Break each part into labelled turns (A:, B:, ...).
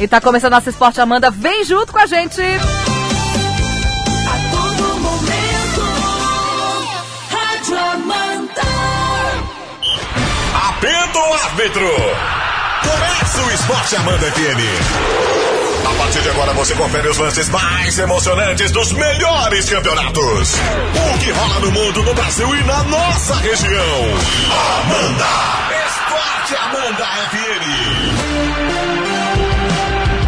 A: E tá começando nosso Esporte Amanda. Vem junto com a gente!
B: Apita o árbitro! Começa o Esporte Amanda FM. A partir de agora você confere os lances mais emocionantes dos melhores campeonatos. O que rola no mundo, no Brasil e na nossa região. Amanda! Esporte Amanda FM.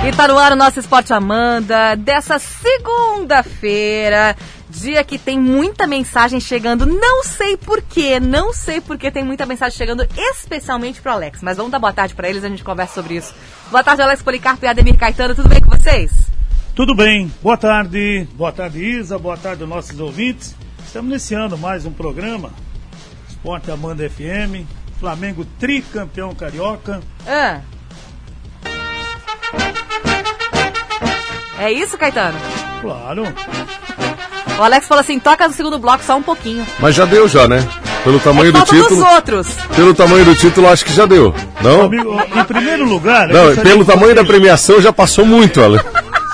A: E tá no ar o nosso Esporte Amanda dessa segunda-feira dia que tem muita mensagem chegando. Não sei porquê, não sei porquê tem muita mensagem chegando, especialmente pro Alex. Mas vamos dar boa tarde para eles, a gente conversa sobre isso. Boa tarde, Alex Policarpo e Ademir Caetano, tudo bem com vocês?
C: Tudo bem, boa tarde, boa tarde Isa, boa tarde aos nossos ouvintes. Estamos iniciando mais um programa, Esporte Amanda FM, Flamengo tricampeão carioca.
A: Ah. É isso, Caetano?
C: Claro.
A: O Alex falou assim: toca no segundo bloco só um pouquinho.
D: Mas já deu, já, né? Pelo tamanho é do título.
A: Dos outros.
D: Pelo tamanho do título, acho que já deu. Não?
C: Amigo, é em primeiro lugar.
D: Não, pelo tamanho da premiação já passou muito, Alex.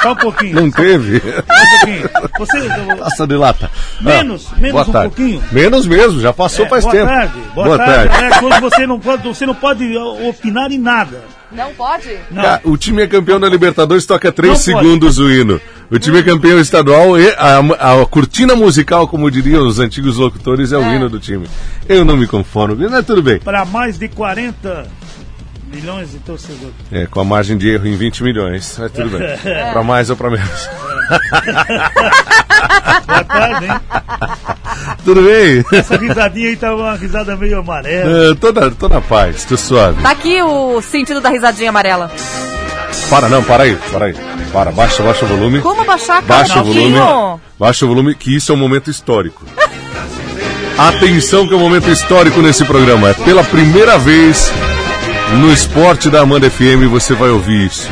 C: Só um pouquinho.
D: Não teve?
C: Só um pouquinho. Você...
D: Taça de lata.
C: Menos, ah, menos um pouquinho.
D: Menos mesmo, já passou é, faz
C: boa
D: tempo.
C: Tarde, boa, boa tarde. tarde. É, quando você não pode, você não pode opinar em nada.
A: Não pode? Não.
D: Ah, o time é campeão da Libertadores, toca 3 segundos pode. o hino. O time é campeão estadual e a, a, cortina musical, como diriam os antigos locutores, é o é. hino do time. Eu não me conformo, mas tudo bem.
C: Para mais de 40 milhões de torcedores.
D: É, com a margem de erro em 20 milhões. Mas tudo bem. É. Para mais ou para menos.
C: Boa tarde, hein?
D: Tudo bem?
C: Essa risadinha aí tá uma risada meio amarela.
D: É, tô, na, tô na paz, tô suave.
A: Tá aqui o sentido da risadinha amarela.
D: Para, não, para aí, para aí. Para, baixa, baixa o volume.
A: Como baixar, um
D: cara? Baixa o volume. Baixa o volume, que isso é um momento histórico. Atenção que é um momento histórico nesse programa. É pela primeira vez no esporte da Amanda FM você vai ouvir isso.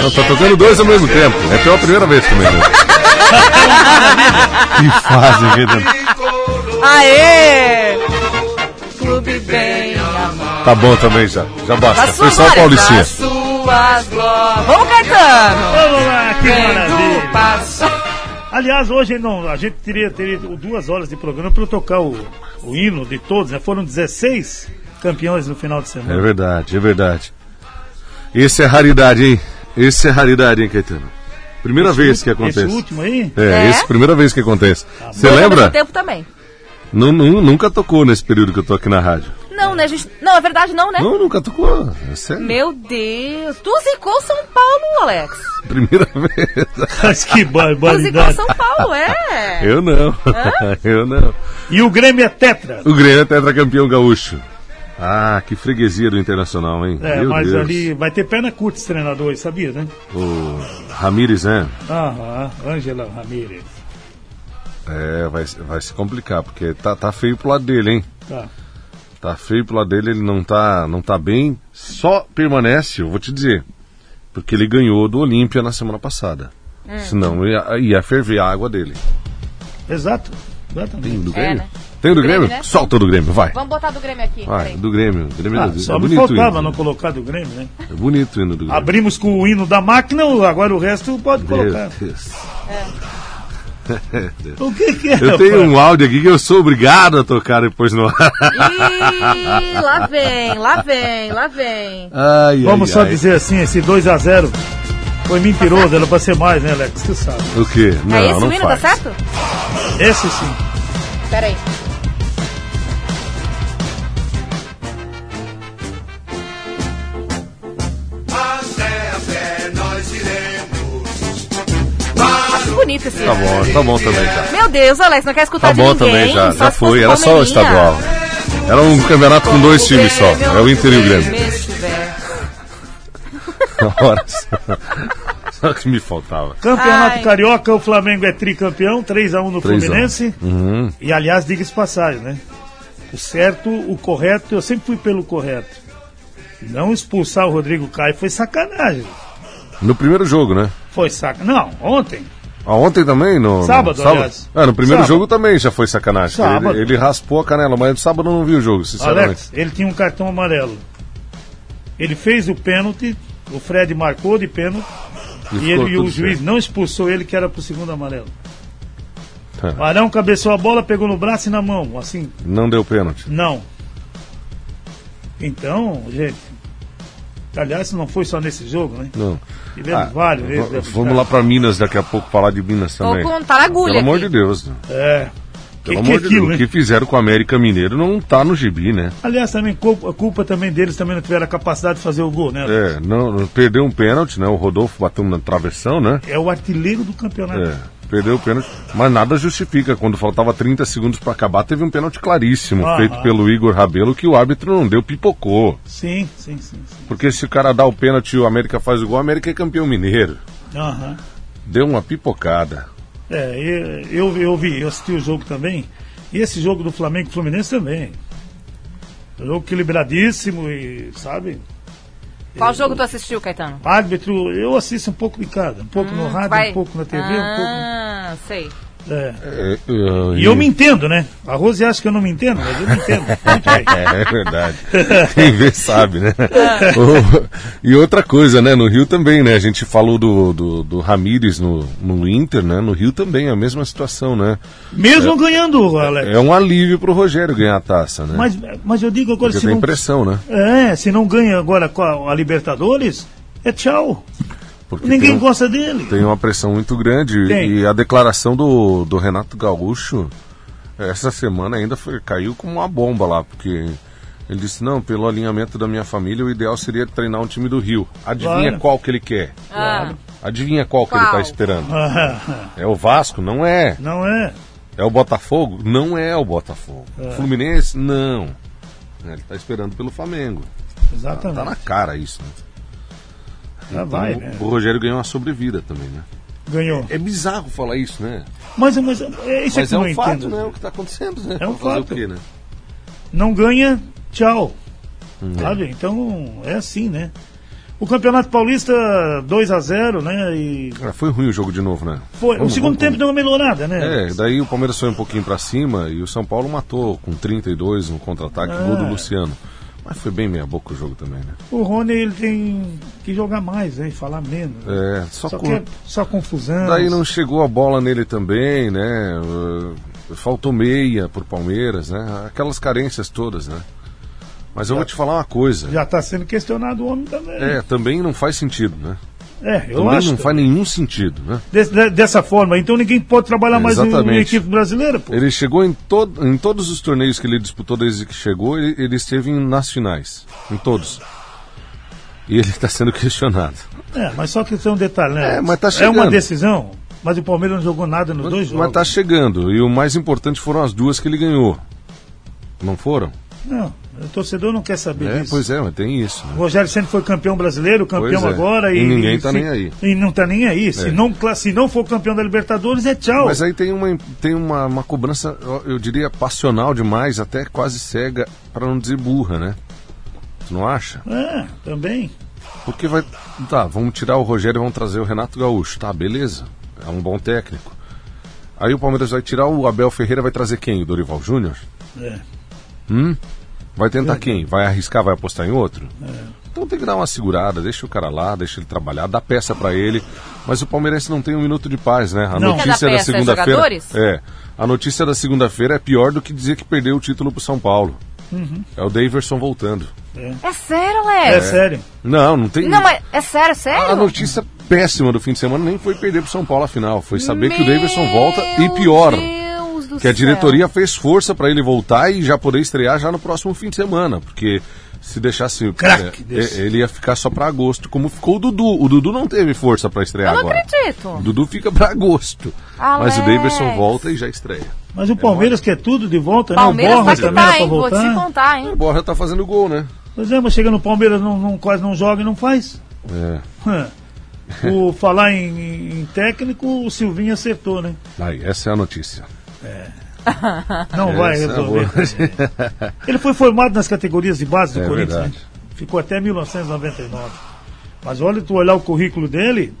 D: Não, tá tocando dois ao mesmo tempo. É pela primeira vez também. Né? que fase, vida.
A: Aê! Clube bem
D: Tá bom também já. Já basta. Foi só Paulicinha.
A: Tá né? Vamos, Caetano!
C: Vamos lá, que maravilha! Aliás, hoje não, a gente teria, teria duas horas de programa para eu tocar o, o hino de todos, né? Foram 16 campeões no final de semana.
D: É verdade, é verdade. Esse é raridade, hein? Esse é raridade, hein, Caetano? Primeira
C: esse
D: vez último, que acontece.
C: Esse último aí?
D: É, é? esse primeira vez que acontece. Você tá lembra?
A: tempo também. um-
D: Não, não, nunca tocou nesse período que eu tô aqui na rádio.
A: Não, né? Gente... Não, é verdade, não, né?
D: Não, nunca tocou. É sério.
A: Meu Deus. Tu zicou São Paulo, Alex.
D: Primeira vez.
C: Mas que barbaridade.
A: Tu zicou São Paulo, é.
D: Eu não. Hã? Eu não.
C: E o Grêmio é tetra.
D: O Grêmio é tetra campeão gaúcho. Ah, que freguesia do Internacional, hein?
C: É, Meu mas Deus. ali vai ter perna curta esse treinador aí, sabia, né?
D: O Ramires, né?
C: Aham, Ângela Ramires.
D: É, vai, vai se complicar, porque tá, tá feio pro lado dele, hein?
C: Tá.
D: Tá feio pro lado dele, ele não tá, não tá bem. Só permanece, eu vou te dizer. Porque ele ganhou do Olímpia na semana passada. Hum. Senão ia, ia ferver a água dele.
C: Exato.
D: Exatamente. Tem do Grêmio? É, né? Tem do, do Grêmio? Grêmio né? Solta do Grêmio, vai.
A: Vamos botar do Grêmio aqui.
D: Vai, do Grêmio. Grêmio ah,
C: do... Só é me faltava não colocar do Grêmio, né?
D: É bonito o hino do Grêmio.
C: Abrimos com o hino da máquina, agora o resto pode Meu colocar. Deus. É. O que, que é?
D: Eu tenho um áudio aqui que eu sou obrigado a tocar depois no ar.
A: Ih, lá vem, lá vem, lá vem.
C: Ai, Vamos ai, só ai. dizer assim, esse 2x0 foi mentiroso, era pra ser mais, né, Alex? Tu sabe.
D: O quê? Não,
A: é esse
D: não
A: o hino, tá certo?
C: Esse sim.
A: Pera aí. bonito esse
D: Tá bom, tá bom também já.
A: Meu Deus, Alex, não quer escutar
D: tá bom
A: ninguém,
D: também já, já foi, era só tá o estadual. Era um campeonato com dois times só, é o Inter e o Grêmio. Ora, só que me faltava.
C: Campeonato Ai. Carioca, o Flamengo é tricampeão, 3x1 no 3 Fluminense.
D: Uhum.
C: E aliás, diga-se passagem, né? O certo, o correto, eu sempre fui pelo correto. Não expulsar o Rodrigo Caio foi sacanagem.
D: No primeiro jogo, né?
C: Foi sacanagem. Não, ontem.
D: Ah, ontem também? No,
C: sábado,
D: no sábado? Ah, no primeiro sábado. jogo também já foi sacanagem. Ele, ele, raspou a canela, mas no sábado eu não vi o jogo, sinceramente.
C: Alex, ele tinha um cartão amarelo. Ele fez o pênalti, o Fred marcou de pênalti,
D: E
C: e,
D: ficou
C: ele, e o
D: tudo
C: juiz
D: certo.
C: não expulsou ele, que era pro segundo amarelo.
D: Tá.
C: O Arão cabeçou a bola, pegou no braço e na mão, assim,
D: Não deu pênalti.
C: não. Então, gente, aliás, não foi só nesse jogo, né?
D: Não.
C: Tivemos vários
D: v-
C: vezes. né, deputado.
D: vamos lá pra Minas daqui a pouco falar de Minas
A: Vou
D: também.
A: contar a tá agulha
D: Pelo amor
A: aqui.
D: de Deus. né?
C: É. que
D: Pelo
C: que é
D: amor de
C: aquilo,
D: Deus. O
C: né?
D: que fizeram com o América Mineiro não tá no gibi, né?
C: Aliás, também culpa, a culpa também deles também não tiveram a capacidade de fazer o gol, né?
D: É, não, não- perdeu um pênalti, né? O Rodolfo bateu na travessão, né?
C: É o artilheiro do campeonato.
D: É, perdeu o pênalti, mas nada justifica. Quando faltava 30 segundos pra acabar, teve um pênalti claríssimo,
C: Aham.
D: feito pelo Igor Rabelo, que o árbitro não deu, pipocou.
C: Sim, sim, sim. sim.
D: Porque se o cara dá o pênalti e o América faz o gol, o América é campeão mineiro.
C: Aham.
D: Deu uma pipocada.
C: É, e- eu, eu vi, eu assisti o jogo também. E esse jogo do Flamengo e Fluminense também. Jogo equilibradíssimo e, sabe?
A: Qual jogo tu assistiu, Caetano?
C: Árbitro, eu assisto um pouco de cada. Um pouco no rádio,
A: Hum, Vai.
C: um pouco na TV,
A: ah, sei.
C: um pouco. É.
D: É, é,
C: E eu me entendo, né? A Rose acha que eu não me entendo, mas eu me entendo. Muito bem.
D: É verdade. Quem vê sabe, né?
C: É.
D: O- e outra coisa, né? No Rio também, né? A gente falou do, do, do Ramires no, no Inter, né? No Rio também é a mesma situação, né?
C: Mesmo ganhando, Alex.
D: É um alívio pro Rogério ganhar a taça, né?
C: Mas, mas eu digo agora,
D: Porque
C: se
D: tem
C: não,
D: pressão, né?
C: é, se não ganha agora com a, a Libertadores, é tchau.
D: Porque
C: Ninguém
D: tem, um-
C: gosta dele.
D: tem uma pressão muito grande.
C: Tem.
D: E a declaração do, do Renato Gaúcho essa semana ainda foi, caiu como uma bomba lá, porque. Ele disse, não, pelo alinhamento da minha família, o ideal seria treinar um time do Rio. Adivinha
C: Claro.
D: qual que ele quer?
A: Ah.
D: Adivinha qual que ele
A: Qual?
D: está esperando?
C: Ah,
D: É o Vasco? Não é.
C: não é?
D: É o Botafogo? Não é o Botafogo. Fluminense? Não. É, Ele está esperando pelo Flamengo.
C: Exatamente.
D: Tá na tá cara isso. Né?
C: Já vai,
D: o,
C: né?
D: o Rogério ganhou uma sobrevida também, né?
C: Ganhou.
D: É bizarro falar isso, né?
C: Mas, mas é isso
D: Mas
C: que
D: é
C: eu não
D: um fato,
C: entendo.
D: né? O que está acontecendo, né?
C: É um
D: Fazer
C: fato.
D: o quê, né?
C: Não ganha, tchau.
D: Hum.
C: Sabe? Então, é assim, né? O Campeonato Paulista 2 a 0 né? E
D: Cara, foi ruim o jogo de novo, né?
C: foi. o
D: Vamos-
C: segundo
D: vamos-
C: tempo deu uma melhorada, né?
D: É, daí o Palmeiras foi um pouquinho pra cima e o São Paulo matou com 32 no um contra-ataque, gol do
C: É.
D: Luciano. Mas foi bem meia boca o jogo também, né?
C: O Rony ele tem que jogar mais, né? E falar menos.
D: É, só,
C: Só,
D: com-
C: que é só confusão.
D: Daí não chegou a bola nele também, né? Uh, Faltou meia pro Palmeiras, né? Aquelas carências todas, né? Mas eu vou te falar uma coisa.
C: Já está sendo questionado o homem também.
D: É, também não faz sentido, né?
C: É, eu
D: também
C: acho.
D: não faz nenhum sentido, né?
C: Des- de- dessa forma, então ninguém pode trabalhar mais em uma
D: Exatamente. É.
C: equipe brasileira, pô.
D: Ele chegou em, to em todos os torneios que ele disputou desde que chegou, ele, ele esteve em- nas finais. Em todos. E ele está sendo questionado.
C: É, mas só que isso é um detalhe, né?
D: É, mas tá
C: É uma
D: chegando.
C: decisão, mas o Palmeiras não jogou nada nos dois
D: Mas,
C: jogos.
D: mas tá chegando. E o mais importante foram as duas que ele ganhou. Não foram?
C: Não, o torcedor não quer saber
D: É,
C: disso.
D: pois é, mas tem isso. né?
C: O Rogério sempre foi campeão brasileiro, campeão
D: Pois é.
C: agora e,
D: E ninguém tá
C: se-
D: nem aí.
C: E não tá nem aí. Se,
D: É.
C: não, cla- se não for campeão da Libertadores, é tchau.
D: Mas aí tem uma, tem uma, uma cobrança, eu- eu diria, passional demais, até quase cega, pra não dizer burra, né? Tu não acha?
C: É, também.
D: Porque vai. Tá, vamos tirar o Rogério e vamos trazer o Renato Gaúcho. Tá, beleza. É um bom técnico. Aí o Palmeiras vai tirar o Abel Ferreira, vai trazer quem? O Dorival Júnior?
C: É.
D: Vai tentar quem? Vai arriscar, vai apostar em outro? Então tem que dar uma segurada, deixa o cara lá, deixa ele trabalhar, dá peça pra ele. Mas o palmeirense não tem um minuto de paz, né? A
C: Não.
A: Quer
D: notícia
A: dar
D: da
A: peça, é
D: segunda-feira.
A: jogadores?
D: É. A notícia da segunda-feira é pior do que dizer que perdeu o título pro São Paulo. É o Daverson voltando.
A: É sério,
C: É,
A: Alex?
C: sério.
D: Não, não tem.
A: Não, mas é sério, sério?
D: A notícia péssima do fim de semana nem foi perder pro São Paulo a final, foi saber que o
A: Meu
D: Daverson volta e pior,
A: Deus do
D: que a
A: céu.
D: diretoria fez força pra ele voltar e já poder estrear já no próximo fim de semana, porque se deixasse
C: Craque
D: é,
C: desse.
D: é, ele ia ficar só pra agosto, como ficou o Dudu. O Dudu não teve força pra estrear
A: Eu não
D: agora. O
A: acredito.
D: Dudu fica pra agosto. Mas o
A: Alex.
D: Daverson volta e já estreia.
C: Mas o Palmeiras quer tudo de volta, né? O
A: Palmeiras
C: Borra
A: tá que
C: também era
A: tá,
C: pra
A: hein? Vou te
C: voltar.
A: contar, hein?
D: O Borja tá fazendo gol, né?
C: Pois é, mas chega no Palmeiras, não, não- quase não joga e não faz.
D: É.
C: Hã. o falar em, em técnico, o Silvinho acertou, né?
D: Aí, essa é a notícia.
C: Não
D: Essa
C: vai
D: é
C: resolver.
D: boa.
C: Ele foi formado nas categorias de base do
D: É
C: Corinthians,
D: verdade.
C: né? Ficou até 1999. Mas olha, tu olhar o currículo dele,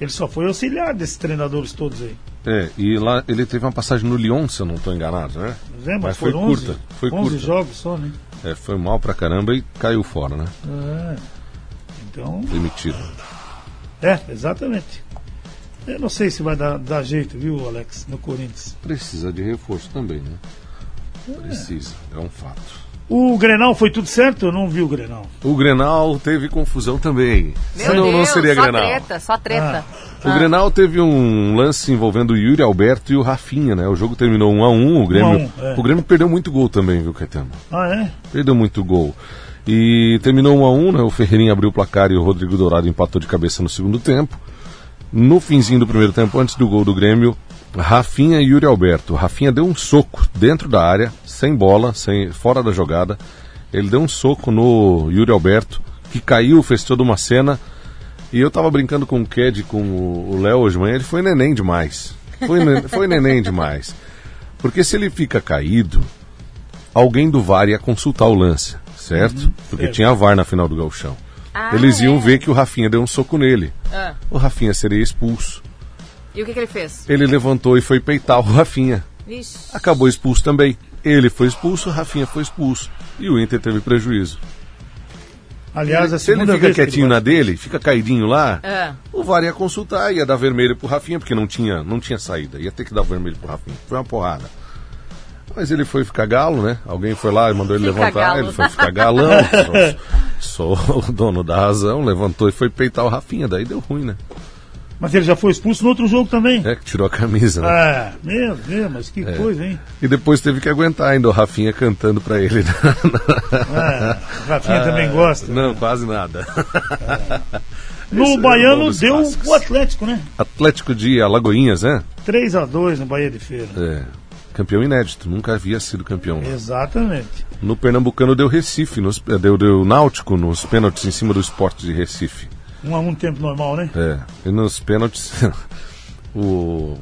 C: ele só foi auxiliar desses treinadores todos aí.
D: É, e lá ele teve uma passagem no Lyon, se eu não estou enganado, né?
C: Pois é, mas,
D: Mas foi
C: foram 11,
D: curta, foi
C: 11
D: curta.
C: jogos só, né?
D: É, foi mal pra caramba e caiu fora, né?
C: Ah, então,
D: Demitido.
C: é, exatamente. Eu não sei se vai dar, dar jeito, viu, Alex, no Corinthians.
D: Precisa de reforço também, né? Precisa, é um fato.
C: O Grenal foi tudo certo? Eu não vi o Grenal.
D: O Grenal teve confusão também.
A: Meu
D: Senão não
A: Deus,
D: seria
A: só
D: Grenal.
A: treta, só treta.
D: O Grenal teve um lance envolvendo o Yuri Alberto e o Rafinha, né? O jogo terminou 1 a 1 o Grêmio.
C: 1 a 1, é.
D: O Grêmio perdeu muito gol também, viu, Caetano?
C: Ah, é?
D: Perdeu muito gol. E terminou 1 a 1 né? O Ferreirinha abriu o placar e o Rodrigo Dourado empatou de cabeça no segundo tempo. No finzinho do primeiro tempo, antes do gol do Grêmio, Rafinha e Yuri Alberto. Rafinha deu um soco dentro da área, sem bola, sem fora da jogada. Ele deu um soco no Yuri Alberto, que caiu, fez toda uma cena. E eu tava brincando com o Ked, com o o Léo hoje de manhã, ele foi neném demais. Foi, ne- foi neném demais. Porque se ele fica caído, alguém do VAR ia consultar o lance, certo? Porque
C: Certo.
D: tinha VAR na final do Gauchão.
A: Uhum. Ah,
D: Eles iam
A: é.
D: ver que o Rafinha deu um soco nele.
A: Ah,
D: O Rafinha seria expulso.
A: e o que, que ele fez?
D: Ele levantou e foi peitar o Rafinha.
A: Vixe.
D: Acabou expulso também. Ele foi expulso, o Rafinha foi expulso. E o Inter teve prejuízo.
C: Aliás, a
D: Se ele
C: segunda
D: fica
C: vez que ele
D: quietinho
C: vai-
D: na dele, fica caidinho lá,
A: É.
D: o VAR ia consultar, ia dar vermelho pro Rafinha, porque não tinha, não tinha saída. Ia ter que dar o vermelho pro Rafinha. Foi uma porrada. Mas ele foi ficar galo, né? Alguém foi lá e mandou ele
A: Fica
D: levantar,
A: galo.
D: ele foi ficar galão. sou, sou o dono da razão, levantou e foi peitar o Rafinha. Daí deu ruim, né?
C: Mas ele já foi expulso no outro jogo também.
D: É que tirou a camisa, né?
C: Ah, meu Deus, mas que coisa, hein?
D: E depois teve que aguentar ainda o Rafinha cantando pra ele.
C: Ah, o
D: É.
C: Rafinha também gosta.
D: Não, quase nada.
C: No
D: Esse é um
C: Baiano
D: dos
C: deu
D: clássicos.
C: o Atlético, né?
D: Atlético de Alagoinhas, né?
C: 3x2 no Bahia de Feira.
D: É, campeão inédito, nunca havia sido campeão. lá.
C: Exatamente.
D: No Pernambucano deu Recife, nos, eh, deu, deu Náutico nos pênaltis em cima do esporte de Recife.
C: Um a um tempo normal, né?
D: É, e nos pênaltis, o.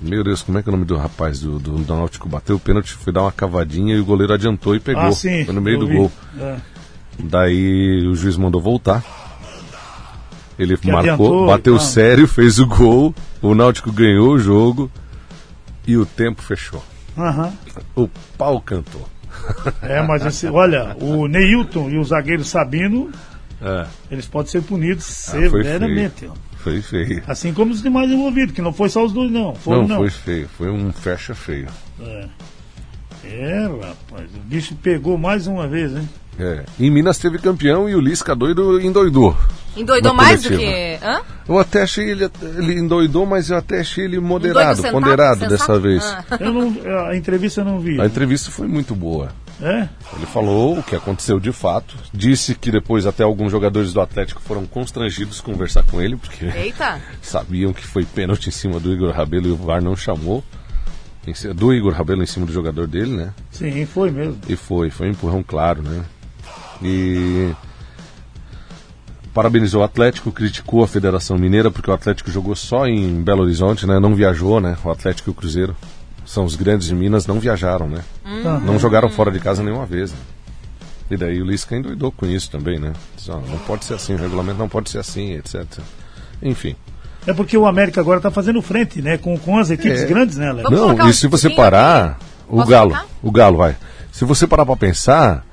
D: Meu Deus, como é que é o nome do rapaz do, do, do Náutico? Bateu o pênalti, foi dar uma cavadinha e o goleiro adiantou e pegou.
C: Ah, sim.
D: foi no meio
C: eu
D: do
C: vi.
D: gol.
C: É.
D: Daí o juiz mandou voltar. Ele marcou,
C: adiantou,
D: bateu
C: então.
D: sério, fez o gol. O Náutico ganhou o jogo e o tempo fechou.
C: Aham.
D: O pau cantou.
C: É, mas esse, olha, o Neilton e o zagueiro Sabino,
D: É,
C: eles podem ser punidos
D: Ah, foi
C: severamente. ó.
D: foi feio.
C: Assim como os demais envolvidos, que não foi só os dois, não. Foram,
D: Não,
C: não.
D: foi feio. Foi um fecha feio.
C: É, rapaz, o bicho pegou mais uma vez, né? hein?
D: É. Em Minas teve campeão e o Lisca doido endoidou.
A: Endoidou
D: Na
A: mais do
D: coletiva.
A: que. Hã?
D: Eu até achei ele, ele endoidou, mas eu até achei ele
A: Endoidou
D: moderado,
A: sentado,
D: ponderado
A: sentado?
D: dessa vez.
A: Ah.
C: Eu não, a entrevista eu não vi.
D: A entrevista foi muito boa.
C: É?
D: Ele falou o que aconteceu de fato, disse que depois até alguns jogadores do Atlético foram constrangidos conversar com ele, porque
A: Eita.
D: sabiam que foi pênalti em cima do Igor Rabelo e o VAR não chamou. Em cima- Do Igor Rabelo em cima do jogador dele, né?
C: Sim, foi mesmo.
D: E foi, foi um empurrão claro, né? E parabenizou o Atlético, criticou a Federação Mineira, porque o Atlético jogou só em Belo Horizonte, né? Não viajou, né? O Atlético e o Cruzeiro são os grandes de Minas, não viajaram, né?
C: Aham.
D: Não jogaram fora de casa nenhuma vez, né? E daí o Lisca endoidou com isso também, né? Diz, ó, não pode ser assim, o regulamento não pode ser assim, etc. Enfim.
C: É porque o América agora tá fazendo frente, né? Com, com as equipes
D: É.
C: grandes, né, Alex?
A: Vamos colocar
D: não,
A: um
D: e se você
A: pouquinho
D: parar, o
A: Posso
D: Galo,
A: colocar?
D: o Galo vai. Se você parar pra pensar,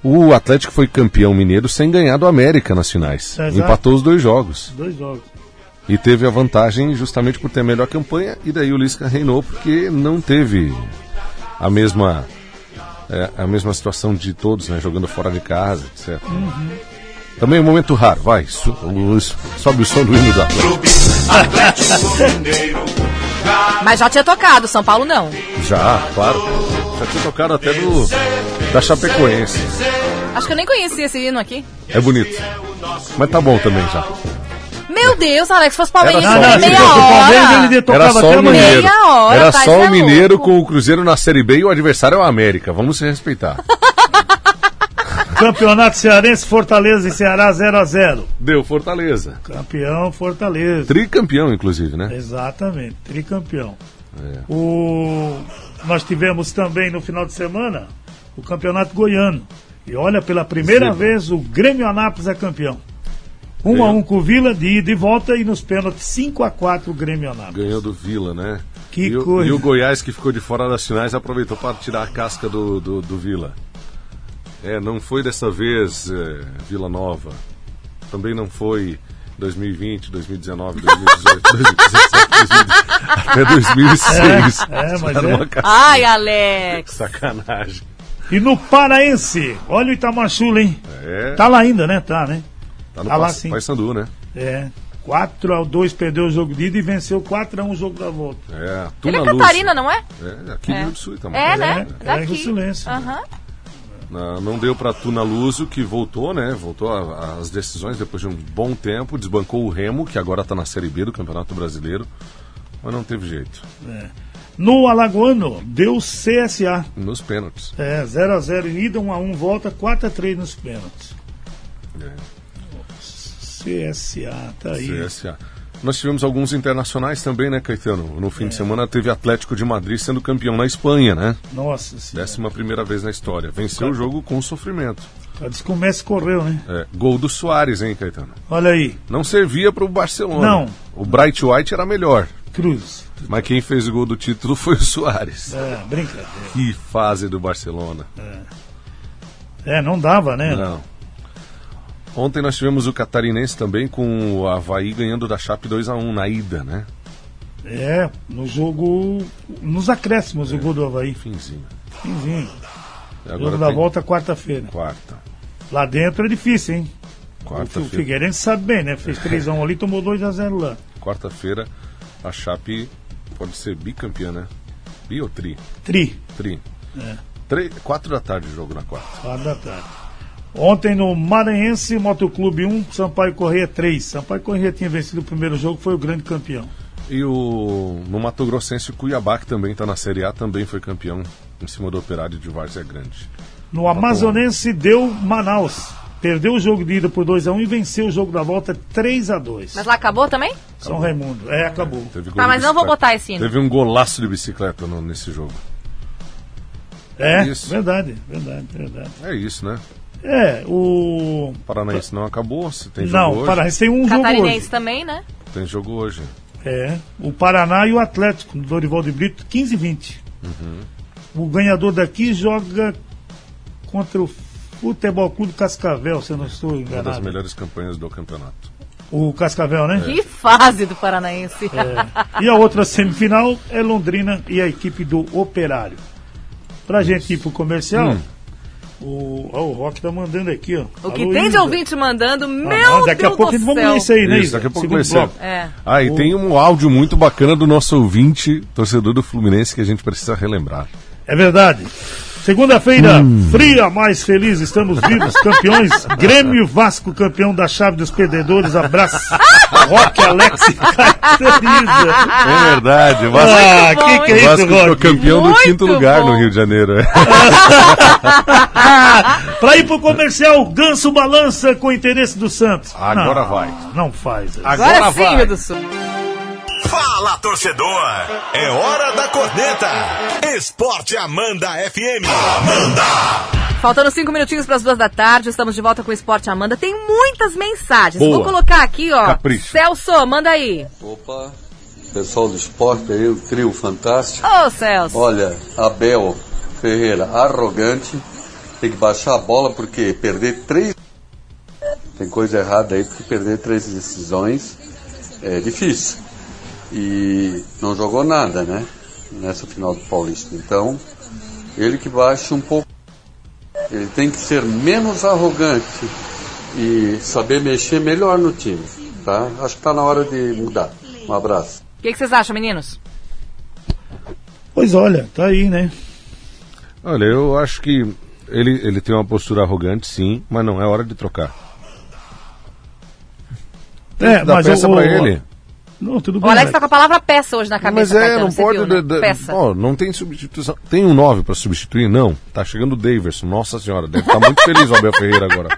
D: o Atlético foi campeão mineiro sem ganhar do América nas finais.
C: Exato.
D: Empatou os dois jogos
C: Dois jogos.
D: e teve a vantagem justamente por ter a melhor campanha e daí o Lisca reinou porque não teve a mesma é, a mesma situação de todos, né, jogando fora de casa, etc. Também é um momento raro, vai. su- o- sobe o som do hino do Atlético.
B: Clube Atlético Mineiro.
A: Mas já tinha tocado, São Paulo não.
D: Já, claro. Já tinha tocado até do da Chapecoense.
A: Acho que eu nem conhecia esse hino aqui.
D: É bonito. Mas tá bom também já.
A: Meu Deus, Alex, se fosse palmeirense,
D: Era só
A: era
D: isso.
A: meia
C: se fosse o Palmeiras,
A: hora.
C: ele de- tocava
D: Era só
C: até
D: o
C: amanhã.
D: Mineiro.
A: Meia hora,
D: Era
A: tá,
D: só
A: isso é
D: o Mineiro
A: louco.
D: com o Cruzeiro na Série B e o adversário é o América. Vamos se respeitar.
C: Campeonato Cearense, Fortaleza e Ceará 0x0.
D: Deu Fortaleza.
C: Campeão Fortaleza.
D: Tricampeão, inclusive, né?
C: Exatamente, tricampeão.
D: É.
C: O... Nós tivemos também no final de semana o Campeonato Goiano. E olha, pela primeira
D: Zebra.
C: vez o Grêmio Anápolis é campeão. 1 a
D: Ganhou.
C: 1 com o Vila de ida e volta e nos pênaltis 5 a 4 o Grêmio Anápolis.
D: Ganhou do Vila, né?
C: Que
D: e, o-
C: coisa.
D: e o Goiás, que ficou de fora das finais, aproveitou para tirar a casca do, do, do Vila. É, não foi dessa vez é, Vila Nova. Também não foi 2020, 2019, 2018, 2017, 2018, até 2006.
C: É, é, mas
D: Era
C: é.
D: uma ca-
A: Ai, Alex!
D: sacanagem.
C: E no Paraense, olha o Itamachulo, hein?
D: É,
C: Tá lá ainda, né? Tá, né?
D: tá no
C: tá lá
D: Pais-
C: sim.
D: Paysandu, né?
C: É. 4x2 perdeu o jogo de ida e venceu 4x1 o jogo da volta.
D: É,
A: Ele é
D: Tuna Luz.
A: Catarina, não é?
D: É, aqui do Rio do Sul também.
A: É, né?
C: é
A: Daqui.
C: Jusilense, né?
A: Aham.
D: Na- Não deu para Tuna Luso, que voltou, né? Voltou a- às decisões depois de um bom tempo, desbancou o Remo, que agora tá na Série B do Campeonato Brasileiro, mas não teve jeito.
C: No Alagoano, deu CSA.
D: Nos pênaltis.
C: É, 0x0 em ida, 1x1 volta, 4x3 nos pênaltis.
D: É,
C: CSA, tá aí.
D: CSA. Nós tivemos alguns internacionais também, né, Caetano? No fim
C: É.
D: de semana teve Atlético de Madrid sendo campeão na Espanha, né?
C: Nossa senhora.
D: Décima primeira vez na história. Venceu
C: Tá.
D: o jogo com sofrimento.
C: Diz que o Messi correu, né?
D: É, gol do Soares, hein, Caetano?
C: Olha aí,
D: Não servia pro Barcelona.
C: Não.
D: O Bright White era melhor.
C: Cruz.
D: Mas quem fez o gol do título foi o Soares.
C: É, brincadeira.
D: Que fase do Barcelona.
C: É, não dava, né?
D: Não. Ontem nós tivemos o Catarinense também com o Havaí ganhando da Chape 2x1 na ida, né?
C: É, no jogo. Nos acréscimos, o gol do Havaí.
D: Finzinho.
C: Finzinho.
D: Agora
C: Jogo da
D: tem
C: volta quarta-feira.
D: Quarta.
C: Lá dentro é difícil, hein? O
D: Quarta-feira.
C: Figueirense sabe bem, né? Fez 3x1 ali, tomou 2x0 lá.
D: Quarta-feira a Chape pode ser bicampeã, né? Bi ou tri?
C: Tri,
D: Tri.
C: É.
D: Tre- Quatro da tarde o jogo na quarta.
C: 4 da tarde. Ontem no Maranhense, Motoclube 1, Sampaio Correia 3. Sampaio Correia tinha vencido o primeiro jogo, foi o grande campeão.
D: E o no Mato Grossense o Cuiabá, que também tá na Série A, também foi campeão em cima do Operário de Várzea Grande.
C: No
D: Tá
C: Amazonense, deu Manaus. Perdeu o jogo de ida por 2x1 e venceu o jogo da volta 3x2.
A: Mas lá acabou também?
C: São Raimundo. É, acabou.
D: Teve gol
A: Tá,
D: de
A: mas não vou
D: bicicleta.
A: botar esse hino.
D: Teve um golaço de bicicleta no- nesse jogo.
C: É,
D: Isso.
C: verdade, verdade, verdade.
D: É isso, né?
C: É, o.
D: Paranaense não acabou, se tem jogo
C: Não,
D: hoje.
C: o Paraná tem um jogo hoje.
A: Catarinense também, né?
D: Tem jogo hoje.
C: É, o Paraná e o Atlético, do Dorival de Brito, 15 e 20.
D: Uhum.
C: O ganhador daqui joga contra o Futebol Clube Cascavel, se eu não estou
D: Uma É, das
C: enganado.
D: melhores campanhas do campeonato.
C: O Cascavel, né?
A: Que fase do Paranaense.
C: É,
D: É.
C: E a outra semifinal é Londrina e a equipe do Operário. Pra gente ir pro comercial,
D: Hum.
C: o, ó, o Rock tá mandando aqui, ó.
A: O que
C: Alô,
A: tem de
C: Isa.
A: ouvinte mandando,
C: Ah,
A: meu
C: daqui
A: Deus
C: a pouco
A: do
C: vamos
A: céu.
C: ler isso aí, né?
D: Isso,
C: Isa?
D: daqui a pouco
C: Segundo
D: vai ser.
C: bloco.
A: É.
D: Ah, e tem um áudio muito bacana do nosso ouvinte, torcedor do Fluminense, que a gente precisa relembrar.
C: É verdade. Segunda-feira, fria, mais feliz, estamos vivos, campeões. Grêmio e Vasco, campeão da chave dos perdedores. Abraço. Rock, Alex e Caetaniza.
A: Ah.
D: É verdade, o Vasco,
C: Ah,
A: bom,
C: que que
D: o
C: é isso,
D: Vasco ficou
C: Rock?
D: campeão do
A: Muito
D: quinto lugar
A: bom.
D: no Rio de Janeiro. é.
C: Pra ir pro comercial, Ganso balança com o interesse do Santos.
D: Ah, Agora
C: Não,
D: vai.
C: Não faz.
A: Agora, sim, Rio do Sul.
B: Fala torcedor, é hora da corneta. Esporte Amanda FM. Amanda!
A: Faltando cinco minutinhos para as duas da tarde, estamos de volta com o Esporte Amanda. Tem muitas mensagens.
D: Boa.
A: Vou colocar aqui, ó.
D: Capricha.
A: Celso, manda aí.
E: Opa, pessoal do esporte aí, o trio fantástico.
A: Ô, Celso.
E: Olha, Abel Ferreira, arrogante, tem que baixar a bola porque perder três. Tem coisa errada aí, porque perder três decisões é difícil. E não jogou nada, né? Nessa final do Paulista. Então, ele que baixa um pouco. Ele tem que ser menos arrogante e saber mexer melhor no time, tá? Acho que tá na hora de mudar. Um abraço.
A: O que, que vocês acham, meninos?
C: Pois olha, tá aí, né?
D: Olha, eu acho que ele, ele tem uma postura arrogante, sim, mas não é hora de trocar.
C: É,
D: Dá peça
C: o-
D: pra
C: o-
D: ele.
C: Não, tudo
A: O
C: bem. né?
A: Alex
C: Alex.
A: tá com a palavra peça hoje na
D: Hum, Mas
A: cabeça.
D: é,
A: Caetano,
D: não
A: você
D: pode.
A: viu,
D: de-
A: né?
D: de-
A: Peça.
D: ó, não tem substituição. Tem um 9 para substituir? Não. Tá chegando o Daverson. Nossa senhora, deve estar muito feliz o Abel Ferreira agora.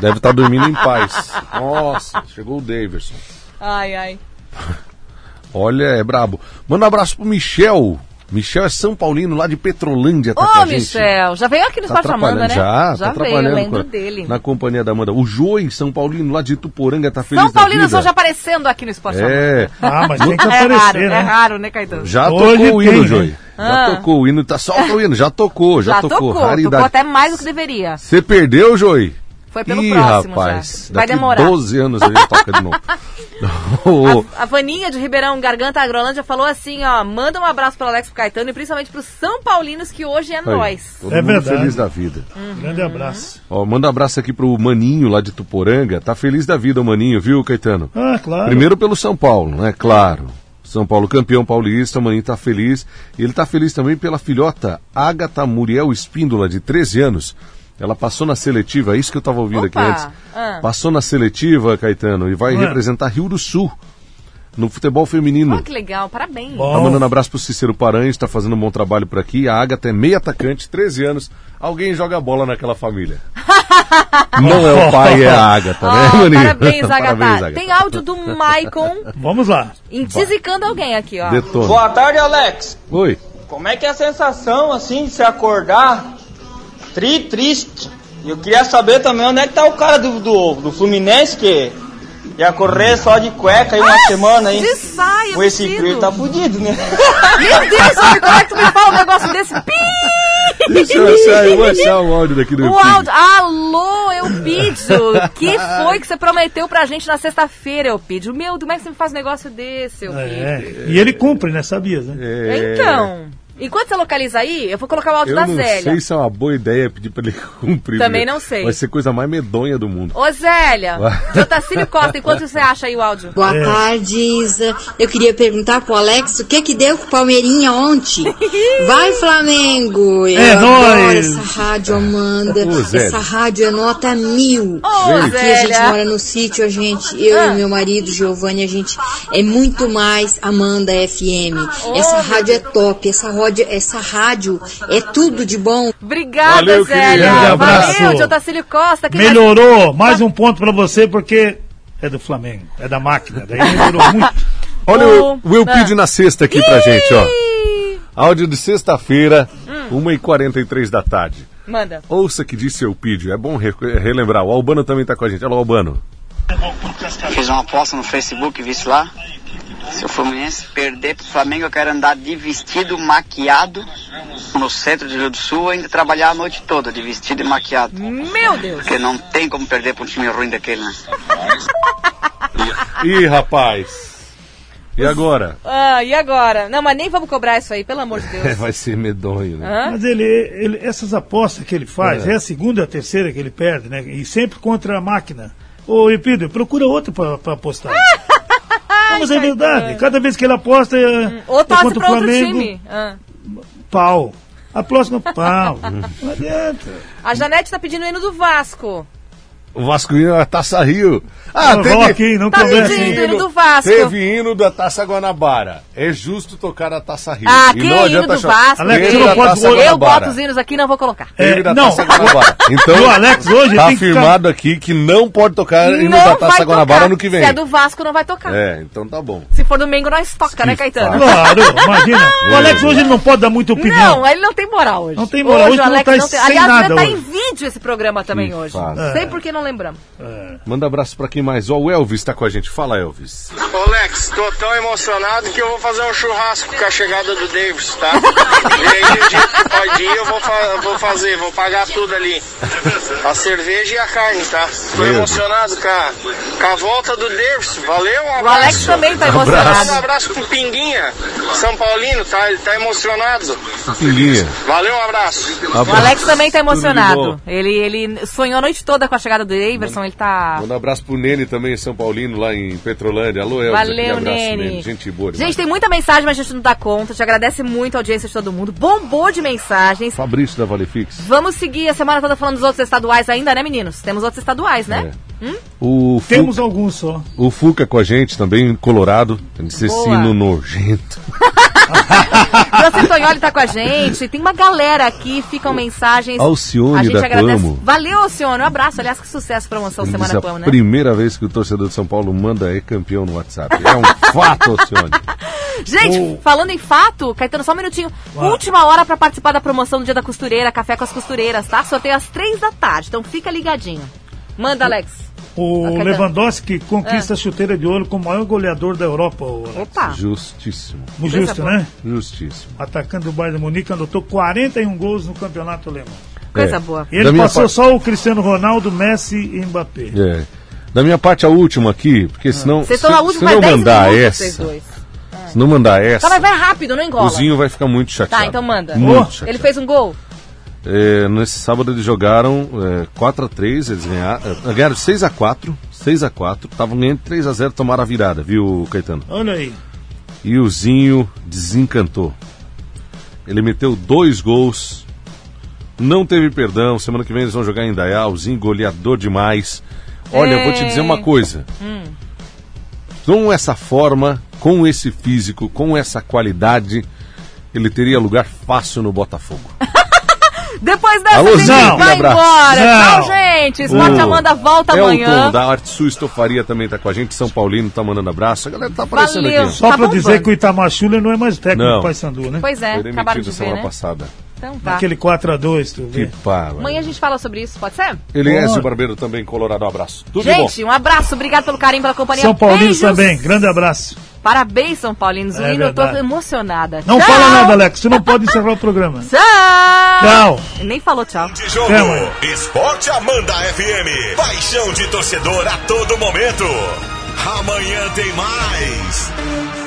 D: Deve estar dormindo em paz. Nossa, chegou o Daverson.
A: Ai, ai.
D: Olha, é brabo. Manda um abraço pro Michel, Michel é São Paulino, lá de Petrolândia, tá com
A: Ô,
D: a gente.
A: Michel, já veio aqui no
D: Tá
A: Esporte Amanda,
D: atrapalhando
A: né?
D: já, tá
A: veio,
D: atrapalhando.
A: eu lembro
D: com-
A: dele.
D: Na companhia da Amanda. O Joey, São Paulino, lá de Ituporanga, tá feliz
A: São
D: da
A: Paulino
D: vida.
A: só já aparecendo aqui no Esporte Amanda.
D: É,
C: Ah, mas tem que
A: É raro,
C: aparecer,
A: é
C: né?
A: raro, né, Caetano?
D: já
C: Hoje
D: tocou o
C: tem,
D: hino,
C: né?
D: Joey. Já
A: Ah.
D: tocou o hino, tá solta o hino, já tocou, já, tocou.
A: tocou
D: Raridade.
A: até mais do que deveria.
D: Você perdeu, Joey?
A: Foi pelo
D: Ih,
A: próximo
D: rapaz,
A: já. Vai
D: daqui
A: demorar.
D: 12 anos a gente toca de novo. O-
A: A, a Vaninha de Ribeirão Garganta Agrolândia falou assim, ó, manda um abraço pro Alex, pro Caetano e principalmente pros São Paulinos que hoje é
D: Aí,
A: nós.
D: Todo
C: É
D: mundo
C: verdade.
D: feliz da vida.
C: Grande abraço.
D: Ó, manda um abraço aqui pro Maninho lá de Tuporanga. Tá feliz da vida o Maninho, viu, Caetano?
C: Ah, claro.
D: Primeiro tá pelo São Paulo, né? Claro. São Paulo campeão paulista, o Maninho tá feliz. E ele tá feliz também pela filhota Agatha Muriel Espíndola, de 13 anos. Ela passou na seletiva, é isso que eu tava ouvindo
A: Opa!
D: aqui antes.
A: Ah.
D: Passou na seletiva, Caetano, e vai
C: Ué.
D: representar Rio do Sul no futebol feminino.
A: Olha Ah, que legal, parabéns.
D: Tá
C: Bom,
D: mandando abraço pro Cícero Paranhos, tá fazendo um bom trabalho por aqui. A Agatha é meia atacante, 13 anos. Alguém joga bola naquela família. Não é o pai, é a Agatha,
A: Ó,
D: né, Maninho?
A: Ah, parabéns, Agatha.
D: Parabéns, Agatha.
A: Tem áudio do Maicon
C: vamos lá.
A: intisicando alguém aqui, ó.
D: Detona.
F: Boa tarde, Alex.
D: Oi.
F: Como é que é a sensação, assim, de se acordar tri triste? E eu queria saber também onde é que tá o cara do, do, do Fluminense que ia correr só de cueca aí uma semana, hein?
A: de saia,
F: Com esse
A: vestido.
F: frio tá fudido, né?
A: Meu Deus, Samir, como é que tu me fala um negócio desse? Pi!
D: Deixa eu achar, eu vou achar o áudio daqui do
A: O
D: YouTube.
A: áudio. Alô, Eupídio! que foi que você prometeu pra gente na sexta-feira, Eupídio? Meu, como é que você me faz um negócio desse, Eupídio?
C: É. E ele cumpre, né? Sabia, né?
D: É,
A: Então, enquanto você localiza aí, eu vou colocar o áudio
D: Eu
A: da
D: não
A: Zélia.
D: sei se é uma boa ideia pedir pra ele cumprir.
A: tá Também
D: né?
A: não sei.
D: Vai ser a coisa mais medonha do mundo.
A: Ô, Zélia,
D: Ué.
A: Jotacílio Costa, enquanto você acha aí o áudio?
G: Boa
C: É.
G: tarde, Isa. Eu queria perguntar pro Alex o que que deu com o Palmeirinha ontem. Vai, Flamengo! Eu
C: É
G: adoro
C: nóis!
G: essa rádio, Amanda.
D: Ô, Zélia.
G: essa rádio é nota mil.
A: Ô,
G: Aqui a gente
A: Zélia.
G: mora no sítio, a gente, eu
A: Ah.
G: e meu marido, Giovanni, a gente é muito mais Amanda FM.
A: meu
G: essa rádio é top, essa rádio, essa rádio é tudo de bom.
A: Obrigada,
D: Valeu,
A: Zélia.
D: querida.
C: Um abraço.
A: Valeu, Jotacílio Costa. Quem
C: Melhorou. Mais um ponto pra você, porque é do Flamengo. É da máquina. Daí melhorou muito.
D: Olha o,
A: O-
D: o Eupídio
A: Ah.
D: na sexta aqui pra gente, ó. Áudio de sexta-feira, 1h43 da tarde.
A: Manda.
D: Ouça que disse Eupídio, é bom re- relembrar. O Albano também tá com a gente. Olha lá, Albano.
H: Fiz uma aposta no Facebook, vi isso lá. Se o Fluminense perder pro Flamengo, eu quero andar de vestido, maquiado, no centro de Rio do Sul, ainda trabalhar a noite toda, de vestido e maquiado.
A: Meu Deus.
H: Porque não tem como perder pra um time ruim daquele, né?
D: Ih, rapaz. E agora?
A: Ah, e agora? Não, mas nem vamos cobrar isso aí, pelo amor de
D: É,
A: Deus.
D: vai ser medonho, né?
A: Hã?
C: Mas ele, ele- essas apostas que ele faz,
D: É.
C: é. a segunda e a terceira que ele perde, né? E sempre contra a máquina. Ô, Epido, procura outro pra, pra apostar. Não, mas é verdade. Cada vez que ele aposta, é,
A: Hum, Ou
C: é
A: torce
C: contra o
A: pra outro
C: Flamengo,
A: time. Ah.
C: pau. A próxima, pau. Não adianta.
A: A Janete tá pedindo o hino do Vasco.
D: O Vascoinho é a Taça Rio. Ah,
C: Não,
D: teve,
C: Rock, hein? Não
A: Tá
C: conversa,
A: pedindo,
C: hein?
A: hino do Vasco.
D: teve hino da Taça Guanabara. É justo tocar a Taça Rio.
A: Ah,
D: E
A: que
D: não
A: é hino
D: adianta
A: do
D: cho-
A: Vasco.
C: Alex,
A: gente.
C: você não pode-
D: Taça
C: Eu
A: Eu
D: Guanabara.
A: boto os hinos aqui e não vou colocar.
D: Teve
C: É,
D: da
C: não.
D: Taça Guanabara. Então,
C: E o Alex hoje
D: tá
C: tem que ficar-
D: afirmado aqui que não pode tocar hino
A: não
D: da Taça
A: vai
D: Guanabara
A: tocar.
D: no que vem.
A: Se é do Vasco, não vai tocar.
D: É, Tá. então tá bom.
A: Se for domingo, nós toca, né,
D: Que
A: Caetano?
C: Claro, imagina. O Alex hoje ele não pode dar muita opinião.
A: Não, é- ele não tem moral hoje.
C: Não tem moral, hoje
A: o
C: não
A: Alex
C: tá
A: tem.
C: sem
A: Aliás,
C: nada
A: tá
C: hoje.
A: em vídeo esse programa também
D: Que
A: hoje.
D: fácil.
A: Sei por que não lembramos.
D: Manda abraço pra quem mais? Ó, o Elvis tá com a gente. Fala, Elvis.
I: Ô Lex, tô tão emocionado que eu vou fazer um churrasco com a chegada do Davis, tá? E aí o dia que pode ir eu vou, fa- vou fazer, vou pagar tudo ali. A cerveja e a carne, tá? Tô
D: Meu
I: emocionado com a, com a volta do Davis. Valeu, um
A: O
I: abraço.
A: Alex também tá
I: Manda um
A: emocionado.
I: abraço pro Pinguinha, São Paulino, tá? Ele tá emocionado.
D: Filhinha.
I: Valeu, um abraço.
A: O Alex também tá emocionado.
D: Tudo
A: Ele, ele sonhou a noite toda com a chegada do Daverson, ele tá.
D: Manda abraço pro Nene também, São Paulino, lá em Petrolândia. Alô, Elvis. aquele
A: Valeu,
D: abraço,
A: Nene.
D: Gente boa. demais.
A: Gente, tem muita mensagem, mas a gente não dá conta. Te agradece muito a audiência de todo mundo. Bombou de mensagens.
D: Fabrício da Valefix.
A: Vamos seguir a semana toda falando dos outros estaduais ainda, né, meninos? Temos outros estaduais, né?
D: É. O, Fu-
C: Temos alguns só.
D: o Fuca com a gente também, em Colorado. Ele disse esse
A: Boa.
D: hino nojento.
A: José Tonholi tá com a gente. Tem uma galera aqui, ficam mensagens.
D: Alcione
A: a gente
D: da
A: agradece.
D: Pamo.
A: Valeu, Alcione. Um abraço. Aliás, que sucesso promoção
D: Diz
A: Semana
D: a
A: Pão, né?
D: primeira vez que o torcedor de São Paulo manda é campeão no WhatsApp. É um fato, Alcione.
A: Gente, falando em fato, Caetano, só um minutinho. Última hora pra participar da promoção do Dia da Costureira, Café com as Costureiras, tá? Sorteio às três da tarde, então fica ligadinho. Manda, Alex.
C: O
A: Acabou.
C: Lewandowski conquista a chuteira de ouro como o maior goleador da Europa. O Alex.
A: É. Opa!
D: Justíssimo.
C: Muito
A: Coisa
C: justo,
A: boa.
C: né?
D: Justíssimo.
C: Atacante do Bayern de Munique, anotou 41 gols no campeonato alemão.
A: Coisa
D: É.
A: boa.
C: E
D: Da
C: ele
D: minha
C: passou
D: parte-
C: só o Cristiano Ronaldo, Messi e Mbappé.
D: É. Da minha parte, a última aqui, porque senão.
A: Ah. Vocês estão na
D: se-
A: última faz
D: se não
A: 10
D: mandar
A: minutos, vocês
D: essa.
A: dois.
D: Se não mandar
A: Tá, mas
D: essa,
A: vai rápido, não
D: o
A: engola.
D: Zinho vai ficar muito chateado.
A: Tá, então manda.
D: Muito
C: Oh,
D: chateado.
A: Ele fez um gol?
D: É, nesse sábado eles jogaram é, 4x3, eles ganharam, é, ganharam 6x4, 6x4, estavam ganhando 3x0, tomaram a virada, viu, Caetano?
C: Olha aí.
A: Tá
D: E o Zinho desencantou. Ele meteu dois gols, não teve perdão, semana que vem eles vão jogar em Indaiá, o Zinho goleador demais. Olha, eu vou te dizer uma coisa.
A: Hum.
D: Com essa forma, com esse físico, com essa qualidade, ele teria lugar fácil no Botafogo.
A: Depois dessa,
D: Alô,
A: gente,
D: Zinho,
A: vai
D: um abraço.
A: embora.
C: Não.
A: Tchau, gente. Esporte
D: O
A: Amanda volta
D: Elton
A: amanhã.
D: da Arte Sul Estofaria também tá com a gente. São Paulino tá mandando abraço. A galera tá aparecendo
A: Valeu.
D: aqui.
C: Só
A: Tá
C: pra
A: bombando.
C: dizer que o Itamar Schuller não é mais técnico
D: Não.
C: do Paysandu, né?
A: Pois
D: ó.
A: é,
D: Foi
A: acabaram de ver,
D: demitido semana
A: né?
D: passada.
A: Então tá. Tipo,
C: Aquele 4x2, tu
D: Que
C: vê.
D: paro.
A: Amanhã a gente fala sobre isso, pode ser?
D: Eliésio Barbeiro também, Colorado. Um abraço. Tudo de bom.
A: Gente, um abraço, obrigado pelo carinho, pela companhia.
C: São
A: Beijos.
C: Paulinos também, grande abraço.
A: Parabéns, São Paulinos.
C: É
A: O hino, eu tô
C: verdade.
A: emocionada.
C: Não
A: Tchau.
C: fala nada, Alex, você não pode encerrar o programa.
A: Tchau.
C: Tchau.
A: Nem falou tchau.
B: de jogo.
C: É, mãe.
B: Esporte Amanda FM. Paixão de torcedor a todo momento. Amanhã tem mais.